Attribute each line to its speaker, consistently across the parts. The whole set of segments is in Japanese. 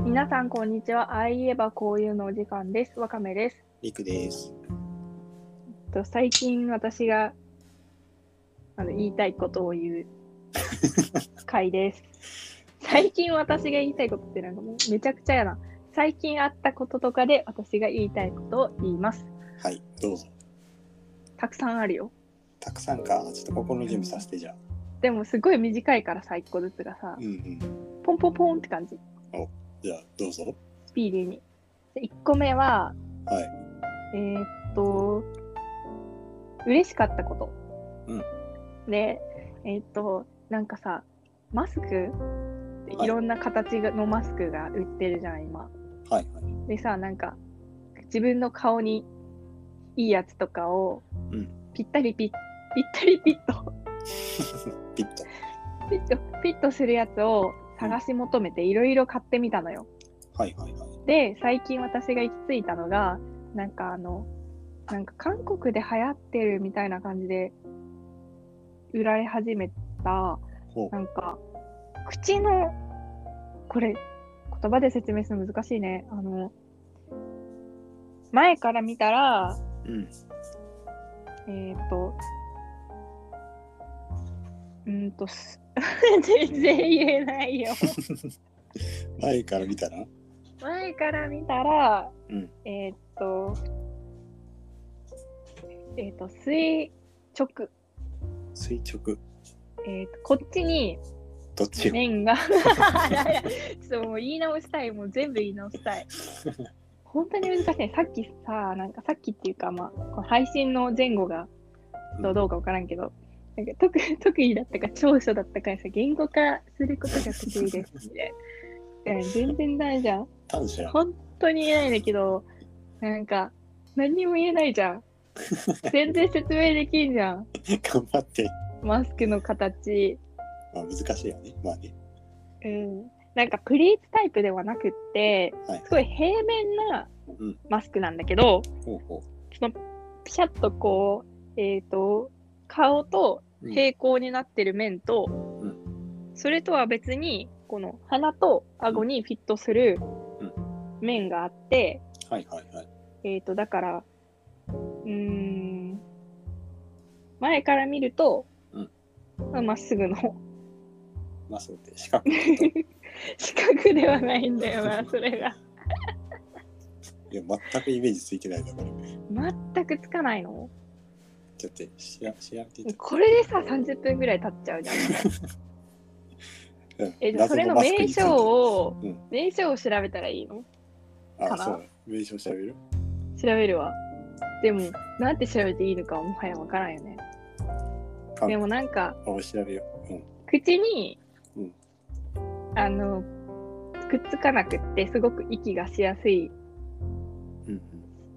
Speaker 1: 皆さんこんにちは。ああいえばこういうのお時間です。わかめです。
Speaker 2: りくです。
Speaker 1: と最近私があの言いたいことを 言う回です。最近私が言いたいことってなんかもうめちゃくちゃやな。最近あったこととかで私が言いたいことを言います。
Speaker 2: はい、どうぞ。
Speaker 1: たくさんあるよ。
Speaker 2: たくさんか、ちょっと心の準備させてじゃあ。
Speaker 1: でもすごい短いからさ、1個ずつがさ
Speaker 2: うん、うん。
Speaker 1: ポンポンポンって感じ。
Speaker 2: じゃあ、どうぞ。
Speaker 1: スピーディーに。で1個目は、
Speaker 2: はい。
Speaker 1: えーっと、嬉しかったこと。
Speaker 2: うん
Speaker 1: で、えーっと、なんかさ、マスク、
Speaker 2: はい
Speaker 1: いろんな形のマスクが売ってるじゃん、今。
Speaker 2: はい、はい。
Speaker 1: でさ、なんか、自分の顔にいいやつとかを、
Speaker 2: うん
Speaker 1: ぴったりピッ、ぴったりピッと、
Speaker 2: ピッと。
Speaker 1: ピッと、ピッとするやつを探し求めて、いろいろ買ってみたのよ。
Speaker 2: はい、はい、はい。
Speaker 1: で最近私が行き着いたのがなんかあのなんか韓国で流行ってるみたいな感じで売られ始めた
Speaker 2: ほう
Speaker 1: な。んか口のこれ言葉で説明するの難しいねあの前から見たら
Speaker 2: うん。
Speaker 1: えっ、ー、とうーんとす 全然言えないよ
Speaker 2: 前から見たら
Speaker 1: 前から見たら
Speaker 2: うん。
Speaker 1: えーっと、えーっと、垂直、
Speaker 2: 垂直。
Speaker 1: えーっと、こっちに
Speaker 2: どっちよ。
Speaker 1: 面 が、いやいやちょっともう言い直したい、もう全部言い直したい。本当に難しいね。さっきさ、なんかさっきっていうか、まあ、この配信の前後がちょっとどうかわからんけど、なんか特 特技だったか長所だったかさ、言語化することが得意ですみたいな。いや全然ないじゃん。
Speaker 2: 短所や。
Speaker 1: 本当に言えないんだけど、なんか、何にも言えないじゃん。全然説明できんじゃん。
Speaker 2: 頑張って。
Speaker 1: マスクの形。
Speaker 2: まあ、難しいよね。まあね。
Speaker 1: うん。なんか、プリーツタイプではなくって、
Speaker 2: はい
Speaker 1: す。ごい平面な
Speaker 2: うん
Speaker 1: マスクなんだけど、
Speaker 2: ほうほ
Speaker 1: ピシャッとこう、えっ、と、顔と
Speaker 2: う。うん
Speaker 1: 平行になってる面と、
Speaker 2: ん
Speaker 1: それとは別に、この鼻と顎にフィットする面があって、
Speaker 2: はい、はい、はい。
Speaker 1: えー、と、だから、うーん、前から見ると、
Speaker 2: うん
Speaker 1: まあまっすぐの
Speaker 2: まあ、そうで、四角。い
Speaker 1: 四角ではないんだよ な、それが。
Speaker 2: や、全くイメージついてないだから。
Speaker 1: 全くつかないの
Speaker 2: ちょっと、しら、しらって言っ
Speaker 1: これでさ、30分ぐらい経っちゃう じゃん。
Speaker 2: てうん
Speaker 1: え、じゃあそれの
Speaker 2: 謎マスク
Speaker 1: 名
Speaker 2: について
Speaker 1: 称を、
Speaker 2: うん
Speaker 1: 名称を調べたらいいのか
Speaker 2: あ、
Speaker 1: な
Speaker 2: そう。名称調べる
Speaker 1: 調べるわ。でも、なんて調べていいのかはもはやわからんよね。
Speaker 2: あ
Speaker 1: でもなんか、
Speaker 2: あ、お調べよう。うん。
Speaker 1: 口に、
Speaker 2: うん
Speaker 1: あのくっつかなくってすごく息がしやすい
Speaker 2: うんうん。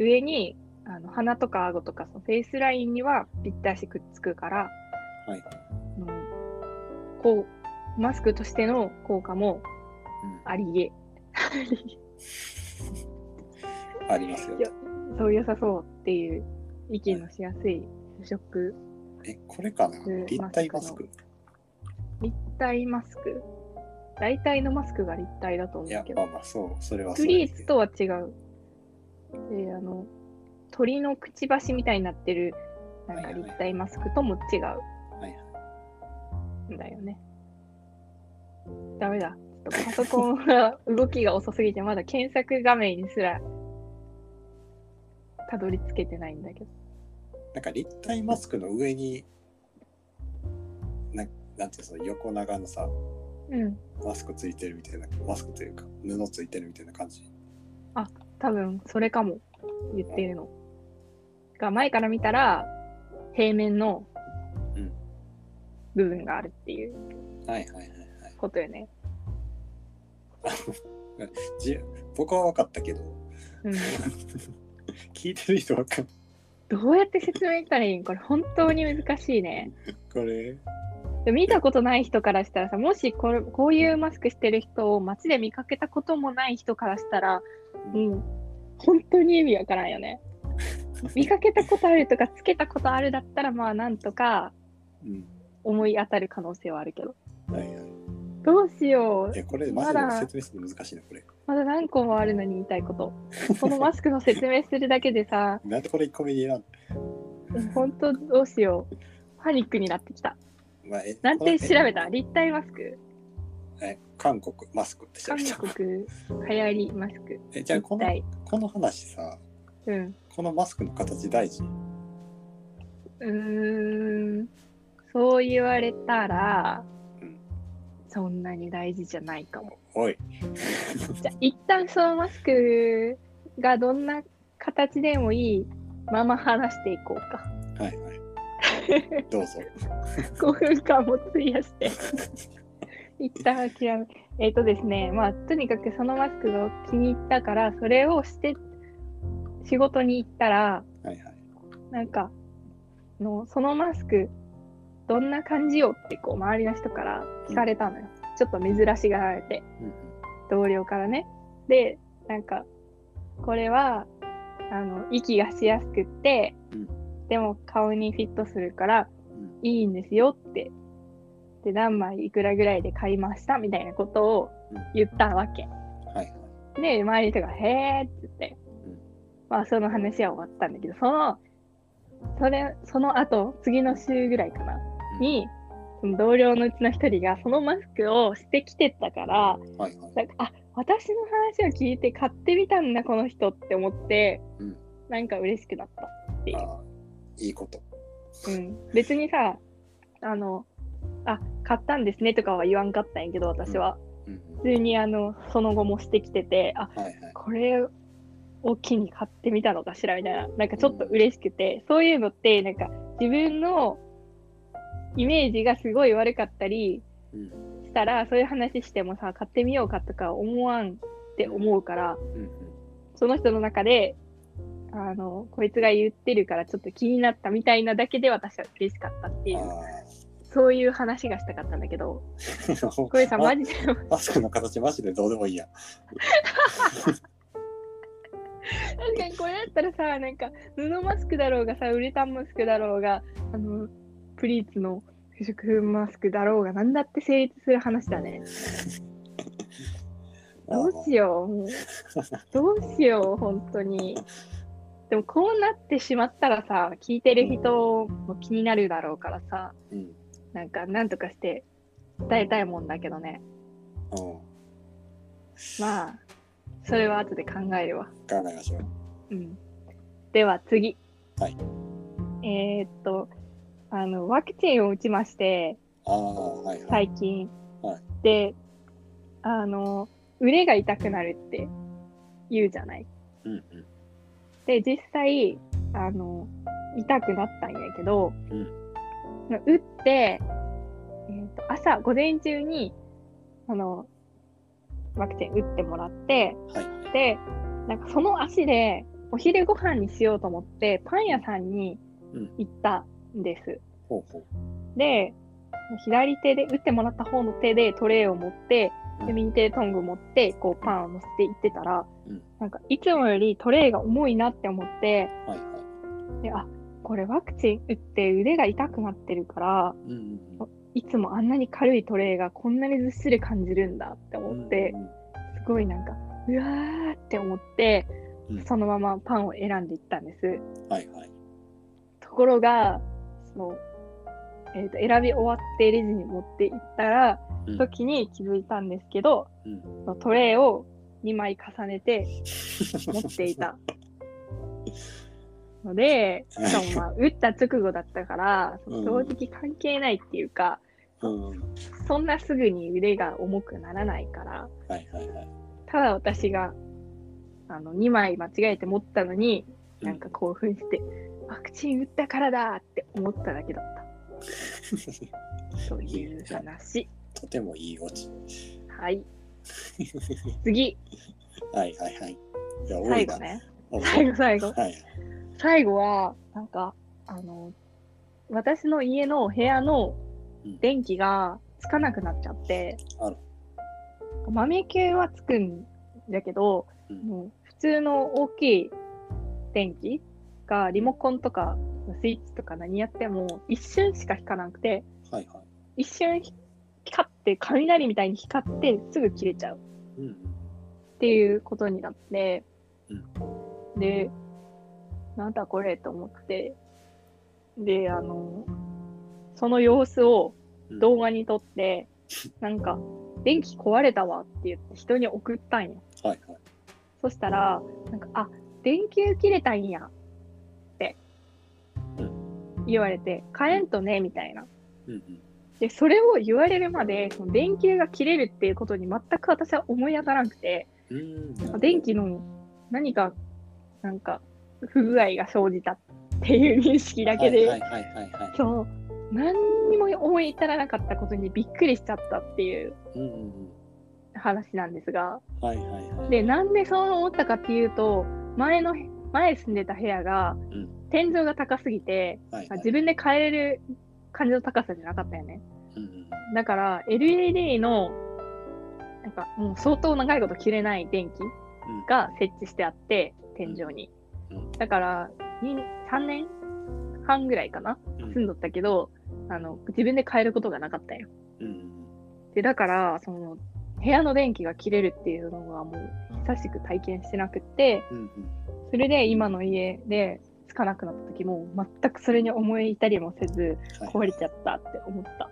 Speaker 1: 上にあの鼻とか顎とかそのフェイスラインにはぴったしくっつくから、
Speaker 2: はい。
Speaker 1: うん、こうマスクとしての効果も
Speaker 2: うん
Speaker 1: ありえ
Speaker 2: ありますよ
Speaker 1: い。やそう良さそうっていう息のしやすい不織
Speaker 2: え、これかな
Speaker 1: うん
Speaker 2: 立体マスク。
Speaker 1: 立体マスク大体のマスクが立体だと思
Speaker 2: いうや
Speaker 1: け、ど
Speaker 2: まあまあ、そう、それは
Speaker 1: プ
Speaker 2: そう
Speaker 1: リ
Speaker 2: で
Speaker 1: ー
Speaker 2: す
Speaker 1: ツ
Speaker 2: け
Speaker 1: と
Speaker 2: ど。
Speaker 1: は違う。で、あの、鳥のくちばしみたいになってる、なんか
Speaker 2: はいはいはい
Speaker 1: 立体マスクとも違
Speaker 2: はいは
Speaker 1: うんだよね。ダメだ。ちょっとパソコンが動きが遅すぎて、まだ検索画面にすらたどり着けてないんだけど。
Speaker 2: なんか立体マスクの上に、ななんていうのその、横長のさ、
Speaker 1: うん。
Speaker 2: マスクついてるみたいな、マスクというか、布ついてるみたいな感じ。
Speaker 1: 多分、それかも。言ってるの。が、前から見たら、平面の
Speaker 2: うん
Speaker 1: 部分があるっていう
Speaker 2: はいはいはいはい。
Speaker 1: ことよね。
Speaker 2: じ僕は分かったけど、
Speaker 1: うん。
Speaker 2: 聞いてる人分かん
Speaker 1: どうやって説明したらいいんこれ本当に難しいね。
Speaker 2: これ、
Speaker 1: でも見たことない人からしたらさ、もしこれこういうマスクしてる人を街で見かけたこともない人からしたら、もう本当に意味わからんよね。見かけたことあるとか、つけたことあるだったら、まあなんとか
Speaker 2: うん。
Speaker 1: 思い当たる可能性はあるけど。
Speaker 2: はいはい。
Speaker 1: どうしよう
Speaker 2: い。や、これマジで説明するの難しいな、これ。
Speaker 1: まだ何個もあるのに言いたいこと。このマスクの説明するだけでさ、
Speaker 2: なんでこれ1個目に選んだ
Speaker 1: 本当どうしよう。パニックになってきた。
Speaker 2: まあ、え
Speaker 1: なんて調べた
Speaker 2: この
Speaker 1: 立体マスク。
Speaker 2: え、韓国、マスクって調
Speaker 1: 韓
Speaker 2: べた。
Speaker 1: 国流行りマスク。
Speaker 2: え、じゃあ
Speaker 1: 立
Speaker 2: この、
Speaker 1: 体。
Speaker 2: この話さ、
Speaker 1: うん。
Speaker 2: このマスクの形大事。
Speaker 1: うーん。そう言われたら
Speaker 2: うん、
Speaker 1: そんなに大事じゃないかも。
Speaker 2: おい。
Speaker 1: じゃあ一旦そのマスクがどんな形でもいいまま話していこう か。
Speaker 2: はいはい。 どうぞ。
Speaker 1: 5分間も費やして一旦諦めえっ、とですねまあとにかくそのマスクが気に入ったからそれをして仕事に行ったら
Speaker 2: はいはい。
Speaker 1: なんかのそのマスクどんな感じよってこう周りの人から聞かれたのよ、ちょっと珍しがられて
Speaker 2: うんうん
Speaker 1: 同僚からねでなんかこれはあの息がしやすくって、
Speaker 2: うん
Speaker 1: でも顔にフィットするから
Speaker 2: うん
Speaker 1: いいんですよって。で、何枚いくらぐらいで買いましたみたいなことを言ったわけ。
Speaker 2: はいはい。
Speaker 1: で、周りの人が、へーって言って、
Speaker 2: うん
Speaker 1: まあ、その話は終わったんだけど、その、それ、その後、次の週ぐらいかな、
Speaker 2: うん
Speaker 1: に、その同僚のうちの一人がそのマスクをしてきてったから、
Speaker 2: はいはい。
Speaker 1: なんかあ私の話を聞いて買ってみたんだこの人って思って、
Speaker 2: うん
Speaker 1: なんか嬉しくなったっていう
Speaker 2: ああ、いいこと。
Speaker 1: うん、別にさあのあ買ったんですねとかは言わんかったんやけど私は、
Speaker 2: うんうん
Speaker 1: 普通にあのその後もしてきててあ
Speaker 2: はいはい。
Speaker 1: これを機に買ってみたのかしらみたいななんかちょっと嬉しくて、そういうのってなんか自分のイメージがすごい悪かったり
Speaker 2: うん
Speaker 1: したらそういう話してもさ買ってみようかとか思わんって思うから
Speaker 2: うんうん
Speaker 1: その人の中であのこいつが言ってるからちょっと気になったみたいなだけで私は嬉しかったっていう
Speaker 2: あ
Speaker 1: そういう話がしたかったんだけど、
Speaker 2: あ。
Speaker 1: これさ、
Speaker 2: マ
Speaker 1: マジで、
Speaker 2: マスクの形マジでどうでもいいや。
Speaker 1: 確かにこれだったらさ、なんか、布マスクだろうがさ、ウレタンマスクだろうが、あの、プリーツの不織布マスクだろうが、なんだって成立する話だね。どうしよう、もう。どうしよう、本当に。でも、こうなってしまったらさ、聞いてる人も気になるだろうからさ、
Speaker 2: うん。うん。
Speaker 1: なんか、なんとかして伝えたいもんだけどね。
Speaker 2: 考
Speaker 1: まあ、それは後で考えるわ。
Speaker 2: えましょう。
Speaker 1: うん、では次、
Speaker 2: はい
Speaker 1: えーっとあのワクチンを打ちまして
Speaker 2: ああ、はいはい。
Speaker 1: 最近、
Speaker 2: はい
Speaker 1: であの腕が痛くなるって言うじゃない
Speaker 2: うんうん。
Speaker 1: で実際あの痛くなったんやけど、
Speaker 2: うん
Speaker 1: 打って、えーっと朝午前中にあのワクチン打ってもらって、
Speaker 2: はい。
Speaker 1: でなんかその足でお昼ご飯にしようと思ってパン屋さんに行ったんです、
Speaker 2: ほうほ
Speaker 1: で左手で打ってもらった方の手でトレイを持って
Speaker 2: う
Speaker 1: で
Speaker 2: ん
Speaker 1: 右手でトング持ってこうパンを乗せて行ってたら、
Speaker 2: うん
Speaker 1: なんかいつもよりトレイが重いなって思って
Speaker 2: う。はいはい。
Speaker 1: であこれワクチン打って腕が痛くなってるから
Speaker 2: うんうん
Speaker 1: いつもあんなに軽いトレイがこんなにずっしり感じるんだって
Speaker 2: うん。
Speaker 1: 思って、
Speaker 2: うんうん
Speaker 1: すごいなんかうわーって思って、
Speaker 2: うん
Speaker 1: そのままパンを選んでいったんです
Speaker 2: はいはい。
Speaker 1: ところがその、えーと選び終わってレジに持っていったら、
Speaker 2: うん
Speaker 1: 時に気づいたんですけど
Speaker 2: うん。
Speaker 1: そのトレイを2枚重ねて持ってい。たのでしかもまあ打った直後だったからその
Speaker 2: うん
Speaker 1: 正直関係ないっていうか、
Speaker 2: うん。はい
Speaker 1: そんなすぐに腕が重くならないから
Speaker 2: はいはい。
Speaker 1: ただ私があの2枚間違えて持ったのに
Speaker 2: うん
Speaker 1: なんか興奮して、ワクチン打ったからだって思っただけだ ったという話
Speaker 2: とてもいいオチ。
Speaker 1: はい次
Speaker 2: はいはいはい。いや、多
Speaker 1: 最
Speaker 2: い
Speaker 1: 後
Speaker 2: な。
Speaker 1: ね
Speaker 2: 多い
Speaker 1: 最後最後
Speaker 2: はい。
Speaker 1: 最後はなんかあの私の家の部屋の
Speaker 2: うん
Speaker 1: 電気がつかなくなっちゃって
Speaker 2: あら
Speaker 1: 豆球はつくんだけど
Speaker 2: うん
Speaker 1: もう普通の大きい電気がリモコンとかスイッチとか何やっても一瞬しか引かなくて
Speaker 2: はいはい。
Speaker 1: 一瞬ひピカッって雷みたいに光ってすぐ切れちゃう
Speaker 2: うんうん
Speaker 1: っていうことになって、でなんだこれと思ってであのその様子を
Speaker 2: うん
Speaker 1: 動画に撮って、なんか「電気壊れたわ」って言って人に送ったんよ
Speaker 2: はいはい。
Speaker 1: そしたらなんか「あ電球切れたんや」って
Speaker 2: うん
Speaker 1: 言われて「買えんとね」みたいな
Speaker 2: うんうん。
Speaker 1: でそれを言われるまでその電球が切れるっていうことに全く私は思い当たらなくて
Speaker 2: うー
Speaker 1: あ
Speaker 2: ん。
Speaker 1: 電気の何かなんか不具合が生じたっていう認識だけで、
Speaker 2: はいはいはいはいはい。
Speaker 1: そう何にも思い至らなかったことにびっくりしちゃったっていう
Speaker 2: うんうんうん。
Speaker 1: 話なんですが
Speaker 2: はいはいはい。
Speaker 1: でなんでそう思ったかっていうと前の前住んでた部屋が
Speaker 2: ん
Speaker 1: 天井が高すぎて、
Speaker 2: はい
Speaker 1: まあ
Speaker 2: はい。
Speaker 1: 自分で変えれる感じの高さじゃなかったよね。
Speaker 2: うんうん
Speaker 1: だから LED のなんかもう相当長いこと切れない電気
Speaker 2: うん
Speaker 1: が設置してあって天井に、
Speaker 2: うん
Speaker 1: だからに3年半ぐらいかな
Speaker 2: うん
Speaker 1: 住んどったけどあの自分で変えることがなかったよ
Speaker 2: うんうん
Speaker 1: でだからその部屋の電気が切れるっていうのがもう久しく体験してなくって
Speaker 2: うんうん
Speaker 1: それで今の家でつかなくなった時も全くそれに思い至りもせず
Speaker 2: はい
Speaker 1: 壊れちゃったって思った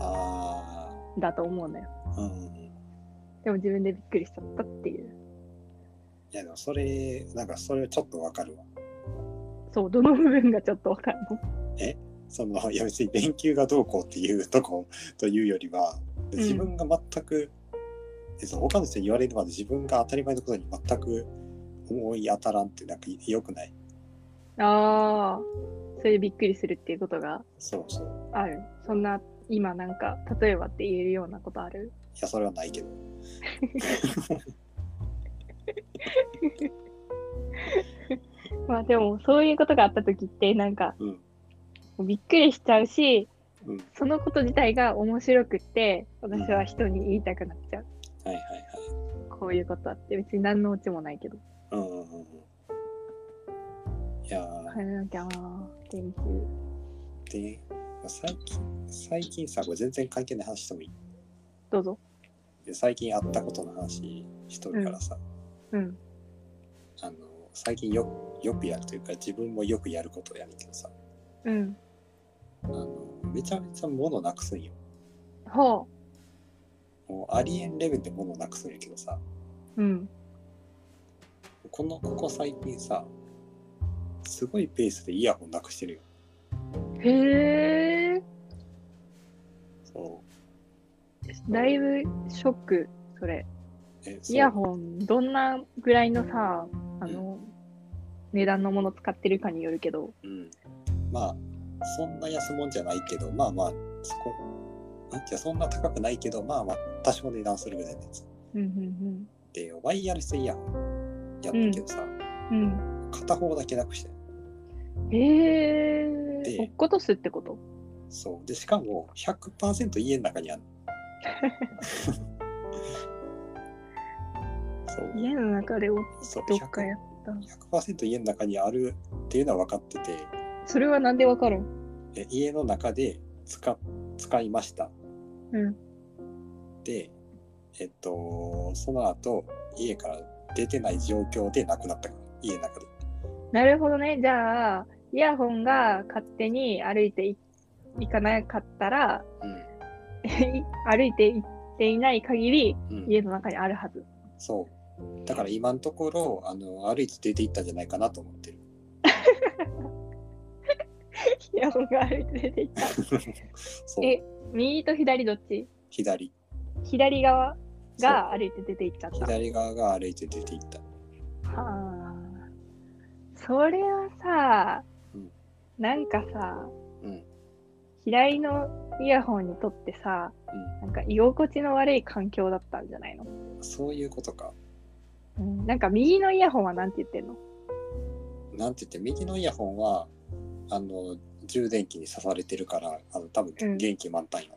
Speaker 2: あ
Speaker 1: んだと思うのよ
Speaker 2: あ、うんうん。い
Speaker 1: でも自分でびっくりしちゃったっていう
Speaker 2: やでもそれ、なんかそれちょっとわかるわ。
Speaker 1: そう、どの部分がちょっとわかるの
Speaker 2: その、いや別に電球がどうこうっていうとこというよりは、
Speaker 1: ん
Speaker 2: 自分が全く、えその他の人に言われるまで自分が当たり前のことに全く思い当たらんってなんか良くない。
Speaker 1: ああ、それでびっくりするっていうことが
Speaker 2: そうそう。
Speaker 1: ある。そんな、今なんか、例えばって言えるようなことある
Speaker 2: いや、それはないけど。
Speaker 1: まあでも、そういうことがあった時って、なんか、
Speaker 2: うん。
Speaker 1: びっくりしちゃうし、
Speaker 2: うん。
Speaker 1: そのこと自体が面白くって、私は人に言いたくなっちゃう。
Speaker 2: はいはいはい。
Speaker 1: こういうことあって、別に何のオチもないけど。
Speaker 2: うんうんうんうん。いやー、
Speaker 1: 変えなきゃなー、電球。
Speaker 2: で、最近、最近さ、これ全然関係ない話してもいい
Speaker 1: どうぞ。
Speaker 2: で最近あったことの話しとるからさ、
Speaker 1: うん。
Speaker 2: あの最近よよくやるというか自分もよくやることをやるけどさ
Speaker 1: うん。
Speaker 2: あのめちゃめちゃ物なくすんよ
Speaker 1: ほ
Speaker 2: もうありえんレベルで物なくすんやけどさ
Speaker 1: う。うん。
Speaker 2: このここ最近さすごいペースでイヤホンなくしてるよ
Speaker 1: へえ。
Speaker 2: そ
Speaker 1: だいぶショック、それ。
Speaker 2: うえそう
Speaker 1: イヤホン、どんなぐらいのさ、あの、値段のもの使ってるかによるけど、
Speaker 2: うんまあそんな安もんじゃないけどまあまあそこなんていうかそんな高くないけどまあまあ多少値段するぐらいのやつ
Speaker 1: うん、
Speaker 2: でワイヤレスイヤホンやったけどさ、
Speaker 1: うん、うん。
Speaker 2: 片方だけなくして
Speaker 1: うん。へえ
Speaker 2: で
Speaker 1: ー、落っことすってこと
Speaker 2: そうでしかも100%家の 中にあるそう
Speaker 1: 家の中でお
Speaker 2: そう
Speaker 1: どっかやった。
Speaker 2: 100%, 100家の中にあるっていうのは分かってて
Speaker 1: それはなんでわかるん
Speaker 2: え家の中で使使いました
Speaker 1: うん。
Speaker 2: でえっとその後家から出てない状況でなくなったから家の中で
Speaker 1: なるほどね。じゃあ、イヤホンが勝手に歩いてい行かなかったら、 歩いて行っていない限り、
Speaker 2: うん、うん、
Speaker 1: 家の中にあるはず。
Speaker 2: そうだから今のところあの歩いて出ていったんじゃないかなと思ってる
Speaker 1: イヤホンが歩いて出て行った。
Speaker 2: そう
Speaker 1: え右と左どっち
Speaker 2: 左
Speaker 1: 左側
Speaker 2: そう
Speaker 1: が歩いて出て行っちゃった。
Speaker 2: 左側が歩いて出ていった。
Speaker 1: はあ。それはさ、
Speaker 2: うん
Speaker 1: なんかさ、
Speaker 2: うん。
Speaker 1: 左のイヤホンにとってさ、なんか居心地の悪い環境だったんじゃないの、
Speaker 2: うん、そういうことか。
Speaker 1: うん、なんか右のイヤホンはなんて言ってんの
Speaker 2: なんて言って、右のイヤホンは、あの、充電器に刺されてるから、あの、多
Speaker 1: うん
Speaker 2: 分元気満タンよ、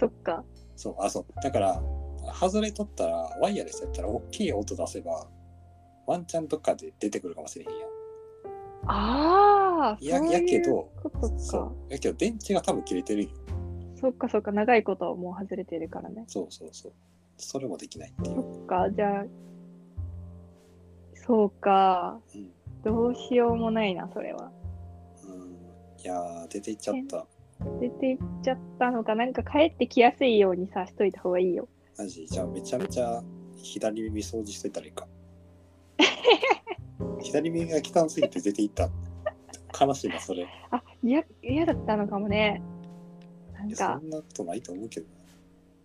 Speaker 1: そっか。
Speaker 2: そう、あ、そう。だから、外れとったら、ワイヤレスやったら、大きい音出せば、ワンチャンどっかで出てくるかもしれへん
Speaker 1: ああ、
Speaker 2: やん。
Speaker 1: そう
Speaker 2: や、や
Speaker 1: い
Speaker 2: け
Speaker 1: う
Speaker 2: ど、
Speaker 1: ことか。
Speaker 2: そう。やけど、電池が多分切れてるんよ
Speaker 1: そっかそっか、長いことはもう外れてるからね。
Speaker 2: そうそうそう。それもできないってい。
Speaker 1: そうっか、じゃあ、そうか、
Speaker 2: うん。
Speaker 1: どうしようもないな、それは。
Speaker 2: うん、いやー、出て行っちゃった。
Speaker 1: 出て行っちゃったのか、なんか帰ってきやすいようにさ、しといた方がいいよ。
Speaker 2: マジじゃあめちゃめちゃ左耳掃除しといたらいい か。左耳が汚すぎて出て行った。悲しいな、それ。い
Speaker 1: あ、嫌、嫌だったのかもね。なん
Speaker 2: やそ
Speaker 1: か、
Speaker 2: んなことないと思うけどな。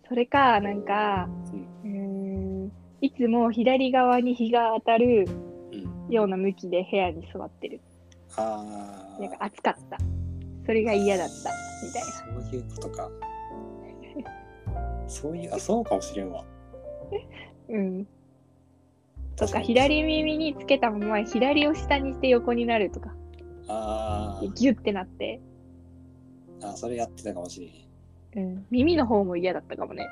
Speaker 1: それか、なんか、うーん、いつも左側に日が当たる
Speaker 2: うん。
Speaker 1: ような向きで部屋に座ってる。
Speaker 2: あー。
Speaker 1: なんか暑かった。それが嫌だった。みたいな。
Speaker 2: な。そういうことか。そういう、あ、そうかもしれんわ。
Speaker 1: うん。と
Speaker 2: 確
Speaker 1: か、
Speaker 2: に。
Speaker 1: 左耳につけたまま左を下にして横になるとか、
Speaker 2: あー
Speaker 1: ギュッてなって、
Speaker 2: あ、それやってたかもしれん。
Speaker 1: うん、耳の方も嫌だったかもね。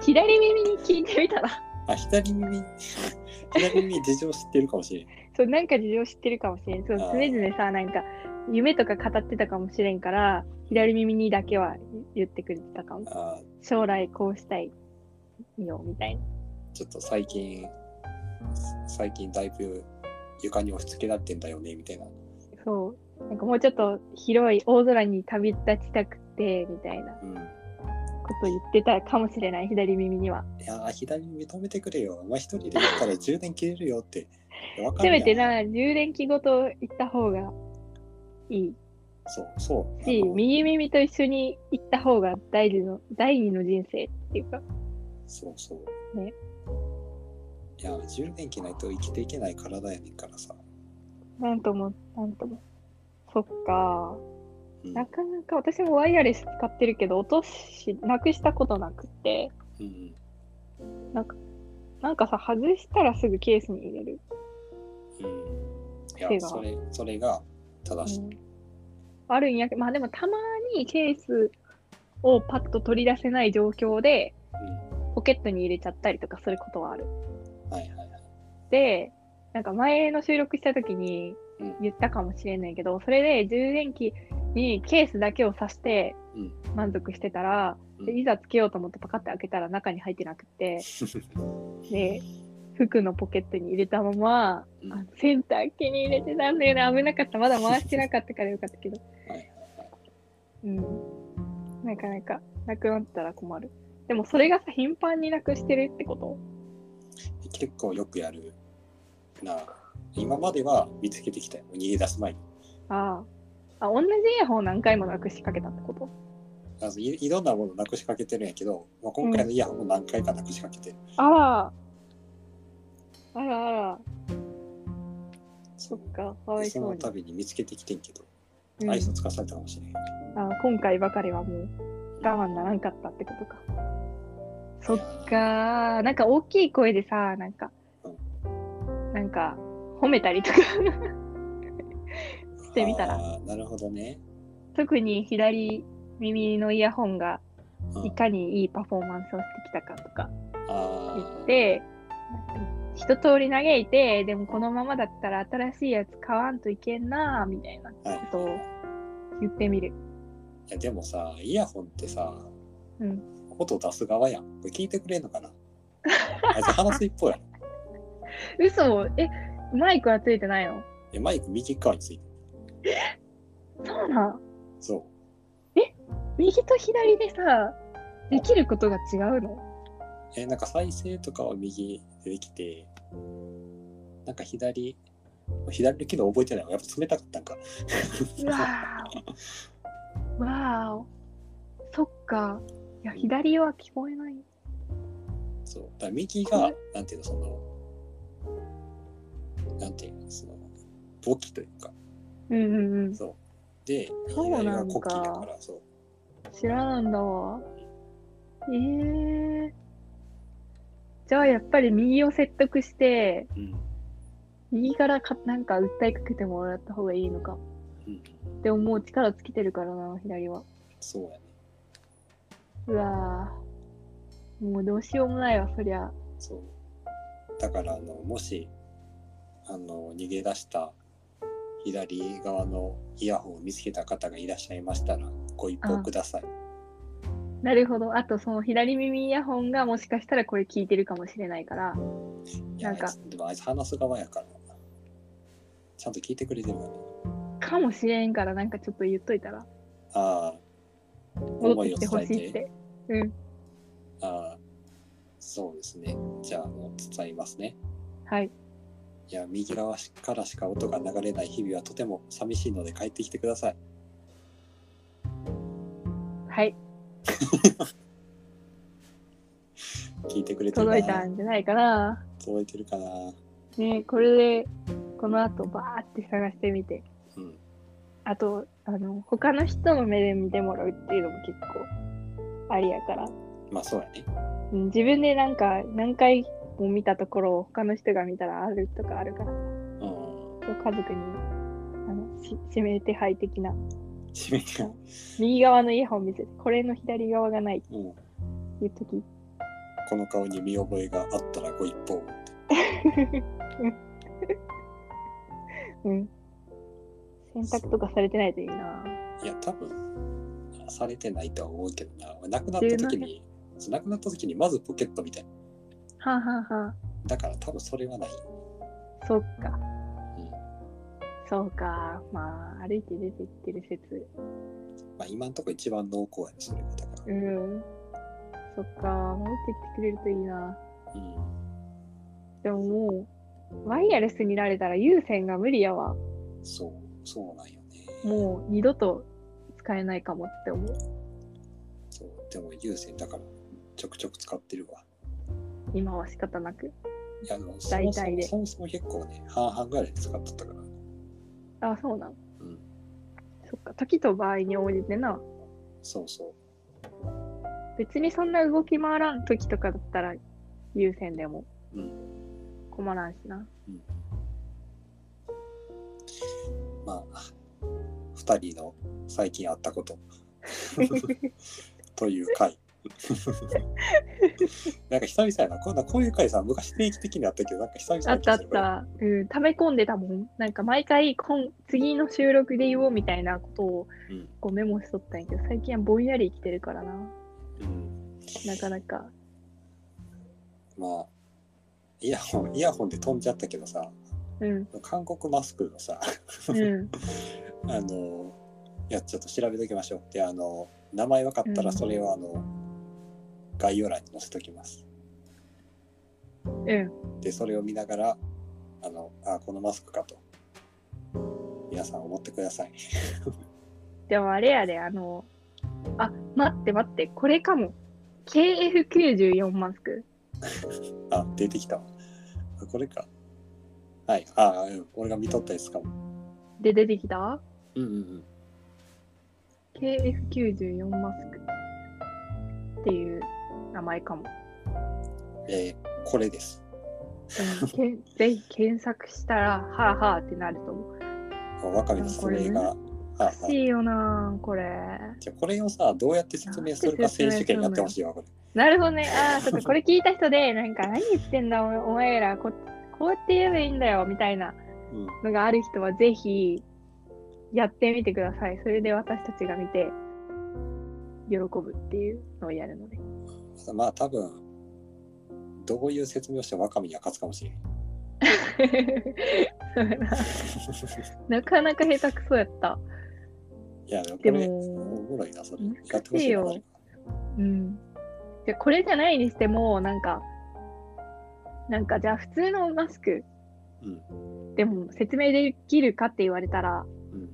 Speaker 1: 左耳に聞いてみたら、
Speaker 2: あ、左耳、 左耳事情知ってるかもしれん。
Speaker 1: そうなんか事情知ってるかもしれん。そう
Speaker 2: あー
Speaker 1: 常々さ、なんか夢とか語ってたかもしれんから、左耳にだけは言ってくれてたかも。
Speaker 2: あ
Speaker 1: 将来こうしたいよ、みたいな。
Speaker 2: ちょっと最近、最近だいぶ床に押し付けられてんだよね、みたいな。
Speaker 1: そう。なんかもうちょっと広い大空に旅立ちたくて、みたいなこ
Speaker 2: うん。
Speaker 1: と言ってたかもしれない、左耳には。
Speaker 2: いやー、左耳止めてくれよ。お前一人でやったら充電切れるよって。わか
Speaker 1: せ
Speaker 2: るや
Speaker 1: めて。
Speaker 2: ん
Speaker 1: な、充電器ごと行った方がいい
Speaker 2: そう、そう。
Speaker 1: し、
Speaker 2: あの
Speaker 1: 右耳と一緒に行った方が第二の第二の人生っていうか、
Speaker 2: そうそう。
Speaker 1: ね。
Speaker 2: いや、充電器ないと生きていけない体やねんからさ。
Speaker 1: なんとも、なんとも。そっか。
Speaker 2: うん。
Speaker 1: なかなか私もワイヤレス使ってるけど、落とし、なくしたことなくて、
Speaker 2: うん
Speaker 1: なんかさ、外したらすぐケースに入れる。
Speaker 2: うん、いや
Speaker 1: 手、が
Speaker 2: それ、それが正しい。
Speaker 1: うんあるんやけど、まあでもたまにケースをパッと取り出せない状況で、
Speaker 2: うん。
Speaker 1: ポケットに入れちゃったりとかすることはある。
Speaker 2: はいはいはい。
Speaker 1: で、なんか前の収録した時に
Speaker 2: うん
Speaker 1: 言ったかもしれないけど、それで充電器にケースだけを挿して
Speaker 2: うん
Speaker 1: 満足してたら、
Speaker 2: うん
Speaker 1: でいざつけようと思ってパカって開けたら中に入ってなく て、で、服のポケットに入れたまま、
Speaker 2: うん
Speaker 1: あセンター気に入れてたんだよね。危なかった。まだ回してなかったからよかったけど。
Speaker 2: はいはいはい。
Speaker 1: うん。なかなかなくなったら困る。でもそれがさ、頻繁になくしてるってこと
Speaker 2: 結構よくやるな今までは見つけてきたよ逃げ出す前に
Speaker 1: ああ。あ、同じイヤホンを何回もなくしかけたってこと
Speaker 2: あのいいろんなものなくしかけてるんやけど、まあ、今回のイヤホンも何回かなくしかけてる、
Speaker 1: あら。あらあら、そっか、かわい
Speaker 2: そ
Speaker 1: そう
Speaker 2: の
Speaker 1: に。
Speaker 2: 度に見つけてきてんけど、
Speaker 1: うん
Speaker 2: 愛想つかされたかもしれん
Speaker 1: あ今回ばかりはもう我慢ならんかったってことか。そっか、なんか大きい声でさ、なんか、なんか褒めたりとか、してみたら
Speaker 2: あーなるほどね、
Speaker 1: 特に左耳のイヤホンが
Speaker 2: うん
Speaker 1: いかにいいパフォーマンスをしてきたかとか
Speaker 2: あ
Speaker 1: 言っ
Speaker 2: ー
Speaker 1: て、一通り嘆いて、でもこのままだったら新しいやつ買わんといけんな、みたいなこ
Speaker 2: はい
Speaker 1: とを言ってみる。
Speaker 2: いやでもさイヤホンってさ、
Speaker 1: うん
Speaker 2: 音出す側やんこれ聞いてくれんの かなあいつ話す一方やろ
Speaker 1: 嘘えマイクはついてないの
Speaker 2: えマイク右側についてる
Speaker 1: そうなん
Speaker 2: そう
Speaker 1: 右と左でさできることが違うの
Speaker 2: えーなんか再生とかは右でできて、なんか左、左の機能覚えてないわ。やっぱ冷たかったんか。
Speaker 1: うわーおわーおそっかいや左は聞こえない
Speaker 2: そう。だから右が、なんていうの、その、なんていうの、その、簿記というか、
Speaker 1: うんうんうん
Speaker 2: そう。で、
Speaker 1: そうなんだ
Speaker 2: 左が呼気だから、そう。
Speaker 1: 知らなんだわえー、じゃあやっぱり右を説得して
Speaker 2: うん。
Speaker 1: 右からかなんか訴えかけてもらった方がいいのか
Speaker 2: うん。
Speaker 1: って思う力つけてるからな左は
Speaker 2: そうやね。
Speaker 1: うわーもうどうしようもないわそりゃ
Speaker 2: そう。だから、あの、もし、あの、逃げ出した左側のイヤホンを見つけた方がいらっしゃいましたら、ご一報ください。
Speaker 1: なるほど。あと、その左耳イヤホンがもしかしたらこれ聞いてるかもしれないから。
Speaker 2: いや
Speaker 1: なんか
Speaker 2: あいつでもあいつ話す側やからなちゃんと聞いてくれてるよね。
Speaker 1: かもしれんから、なんかちょっと言っといたら。
Speaker 2: ああ、
Speaker 1: 戻っ
Speaker 2: 思
Speaker 1: て
Speaker 2: い
Speaker 1: き
Speaker 2: を
Speaker 1: てほ
Speaker 2: 伝
Speaker 1: し
Speaker 2: え
Speaker 1: い
Speaker 2: て。
Speaker 1: って。うん。
Speaker 2: ああ、そうですね。じゃあ、もう伝えますね。
Speaker 1: はい。
Speaker 2: いや、右側からしか音が流れない日々はとても寂しいので帰ってきてください。
Speaker 1: はい。
Speaker 2: 聞いてくれてるか
Speaker 1: 届
Speaker 2: ない
Speaker 1: たんじゃないかな。
Speaker 2: 届いてるかな
Speaker 1: ねこれで、この後バーって探してみて。
Speaker 2: うん。
Speaker 1: あと、あの、他の人の目で見てもらうっていうのも結構ありやから。
Speaker 2: まあ、そうやね。
Speaker 1: うん自分でなんか何回も見たところを他の人が見たらあるとかあるから、
Speaker 2: うん。
Speaker 1: そう家族にあのし指名手配的な、
Speaker 2: 締めてよ
Speaker 1: 右側のイヤホン見せて、これの左側がないって
Speaker 2: うん。
Speaker 1: いうとき、
Speaker 2: この顔に見覚えがあったらご一報をって。
Speaker 1: うん。洗濯とかされてないといいない
Speaker 2: や、多分、されてないとは思うけどな。亡くなった時に、亡くなった時にまずポケットみたいな。
Speaker 1: はあ、はあは
Speaker 2: だから多分それはない。
Speaker 1: あ、そっか。
Speaker 2: うん。
Speaker 1: そうか。まあ、歩いて出て行ってる説。
Speaker 2: まあ、今んとこ一番濃厚やね、それが。だから。
Speaker 1: うん。そっか。戻ってきてくれるといいな。
Speaker 2: うん。
Speaker 1: でももう、ワイヤレスになれたら有線が無理やわ。
Speaker 2: そう、そうなんよね。
Speaker 1: もう二度と使えないかもって思う。
Speaker 2: そう、でも有線だから、ちょくちょく使ってるわ。
Speaker 1: 今は仕方なく。
Speaker 2: いや、でもそ
Speaker 1: 大
Speaker 2: もそ
Speaker 1: 体
Speaker 2: も
Speaker 1: で
Speaker 2: そもそも結構ね、半々ぐらいで使っとったから。
Speaker 1: あ、そうなの。
Speaker 2: うん。
Speaker 1: そっか。時と場合に応じてな。
Speaker 2: そうそ
Speaker 1: 別にそんな動き回らん時とかだったら、有線でも
Speaker 2: う。うん。
Speaker 1: 困らんしな。
Speaker 2: うん。まあ、二人の最近あった こと。という回。 なんか久々やな。こんなこういう回さ、昔定期的にあったけど、なんか久々
Speaker 1: あ
Speaker 2: な
Speaker 1: っ
Speaker 2: 気
Speaker 1: たあっ
Speaker 2: がす
Speaker 1: た。
Speaker 2: る。
Speaker 1: うん。溜め込んでたもん。なんか毎回今、次の収録で言おうみたいなことを
Speaker 2: うん。
Speaker 1: こうメモしとったんやけど、最近はぼんやり生きてるからな。
Speaker 2: うん。
Speaker 1: なかなか。
Speaker 2: まあ、イヤホン、イヤホンで飛んじゃったけどさ、
Speaker 1: うん。
Speaker 2: 韓国マスクのさ、
Speaker 1: うん。
Speaker 2: あの、いや、ちょっと調べときましょう。で、あの、名前分かったら、それは、あの、概要欄に載せときます。
Speaker 1: うん。
Speaker 2: で、それを見ながら、あの、あ、このマスクかと。皆さん思ってください。
Speaker 1: でもあれやで、あの、あ、待って待って、これかも。KF94 マスク。
Speaker 2: あ、出てきたわ。あこれか。はい。あ、うん。俺が見とったやつかも。
Speaker 1: で出てきた
Speaker 2: うんうんうん。
Speaker 1: ?KF94 マスク。っていう名前かも。
Speaker 2: えーこれです。
Speaker 1: うん、け んぜひ検索したら、はあはあってなると思う。
Speaker 2: あわかめの説明が。あ、あ
Speaker 1: おかしいよなこれ。
Speaker 2: じゃあこれをさ、どうやって説明するか選手権やってほしいわ、これ。
Speaker 1: なるほどね。ああ、そっか、これ聞いた人で、なんか、何言ってんだ、おお前らこ、こうやって言えばいいんだよ、みたいな
Speaker 2: うん。
Speaker 1: のがある人は、ぜひ、やってみてください。それで私たちが見て、喜ぶっていうのをやるので。
Speaker 2: まあ多分どういう説明をしてワカメには勝つかもしれん。
Speaker 1: そうやななかなか下手くそやった。
Speaker 2: いやでもこ
Speaker 1: で
Speaker 2: れ
Speaker 1: も
Speaker 2: おもろいなそれ。
Speaker 1: 難
Speaker 2: やってほしいな
Speaker 1: ようん。じゃこれじゃないにしても、なんか、なんか、じゃあ、普通のマスク
Speaker 2: うん
Speaker 1: でも説明できるかって言われたら、
Speaker 2: うん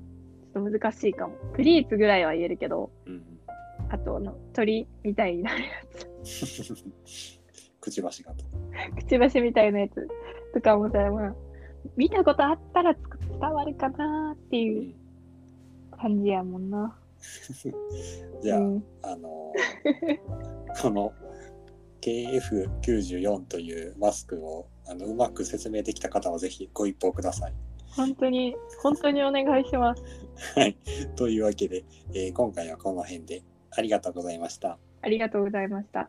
Speaker 1: ちょっと難しいかも。プリーツぐらいは言えるけど、
Speaker 2: うん。
Speaker 1: あとあの鳥みたいになるや
Speaker 2: くちばしがと。
Speaker 1: つ、くちばしみたいなやつとかもさ、まあ、見たことあったらつく伝わるかなって
Speaker 2: う
Speaker 1: いうん感じやもんな。
Speaker 2: じゃあ、
Speaker 1: うん
Speaker 2: あの ーこの KF94 というマスクをあのうまく説明できた方はぜひご一報ください。
Speaker 1: 本当に、本当にお願いします。
Speaker 2: はい。というわけで、えー今回はこの辺でありがとうございました。
Speaker 1: ありがとうございました。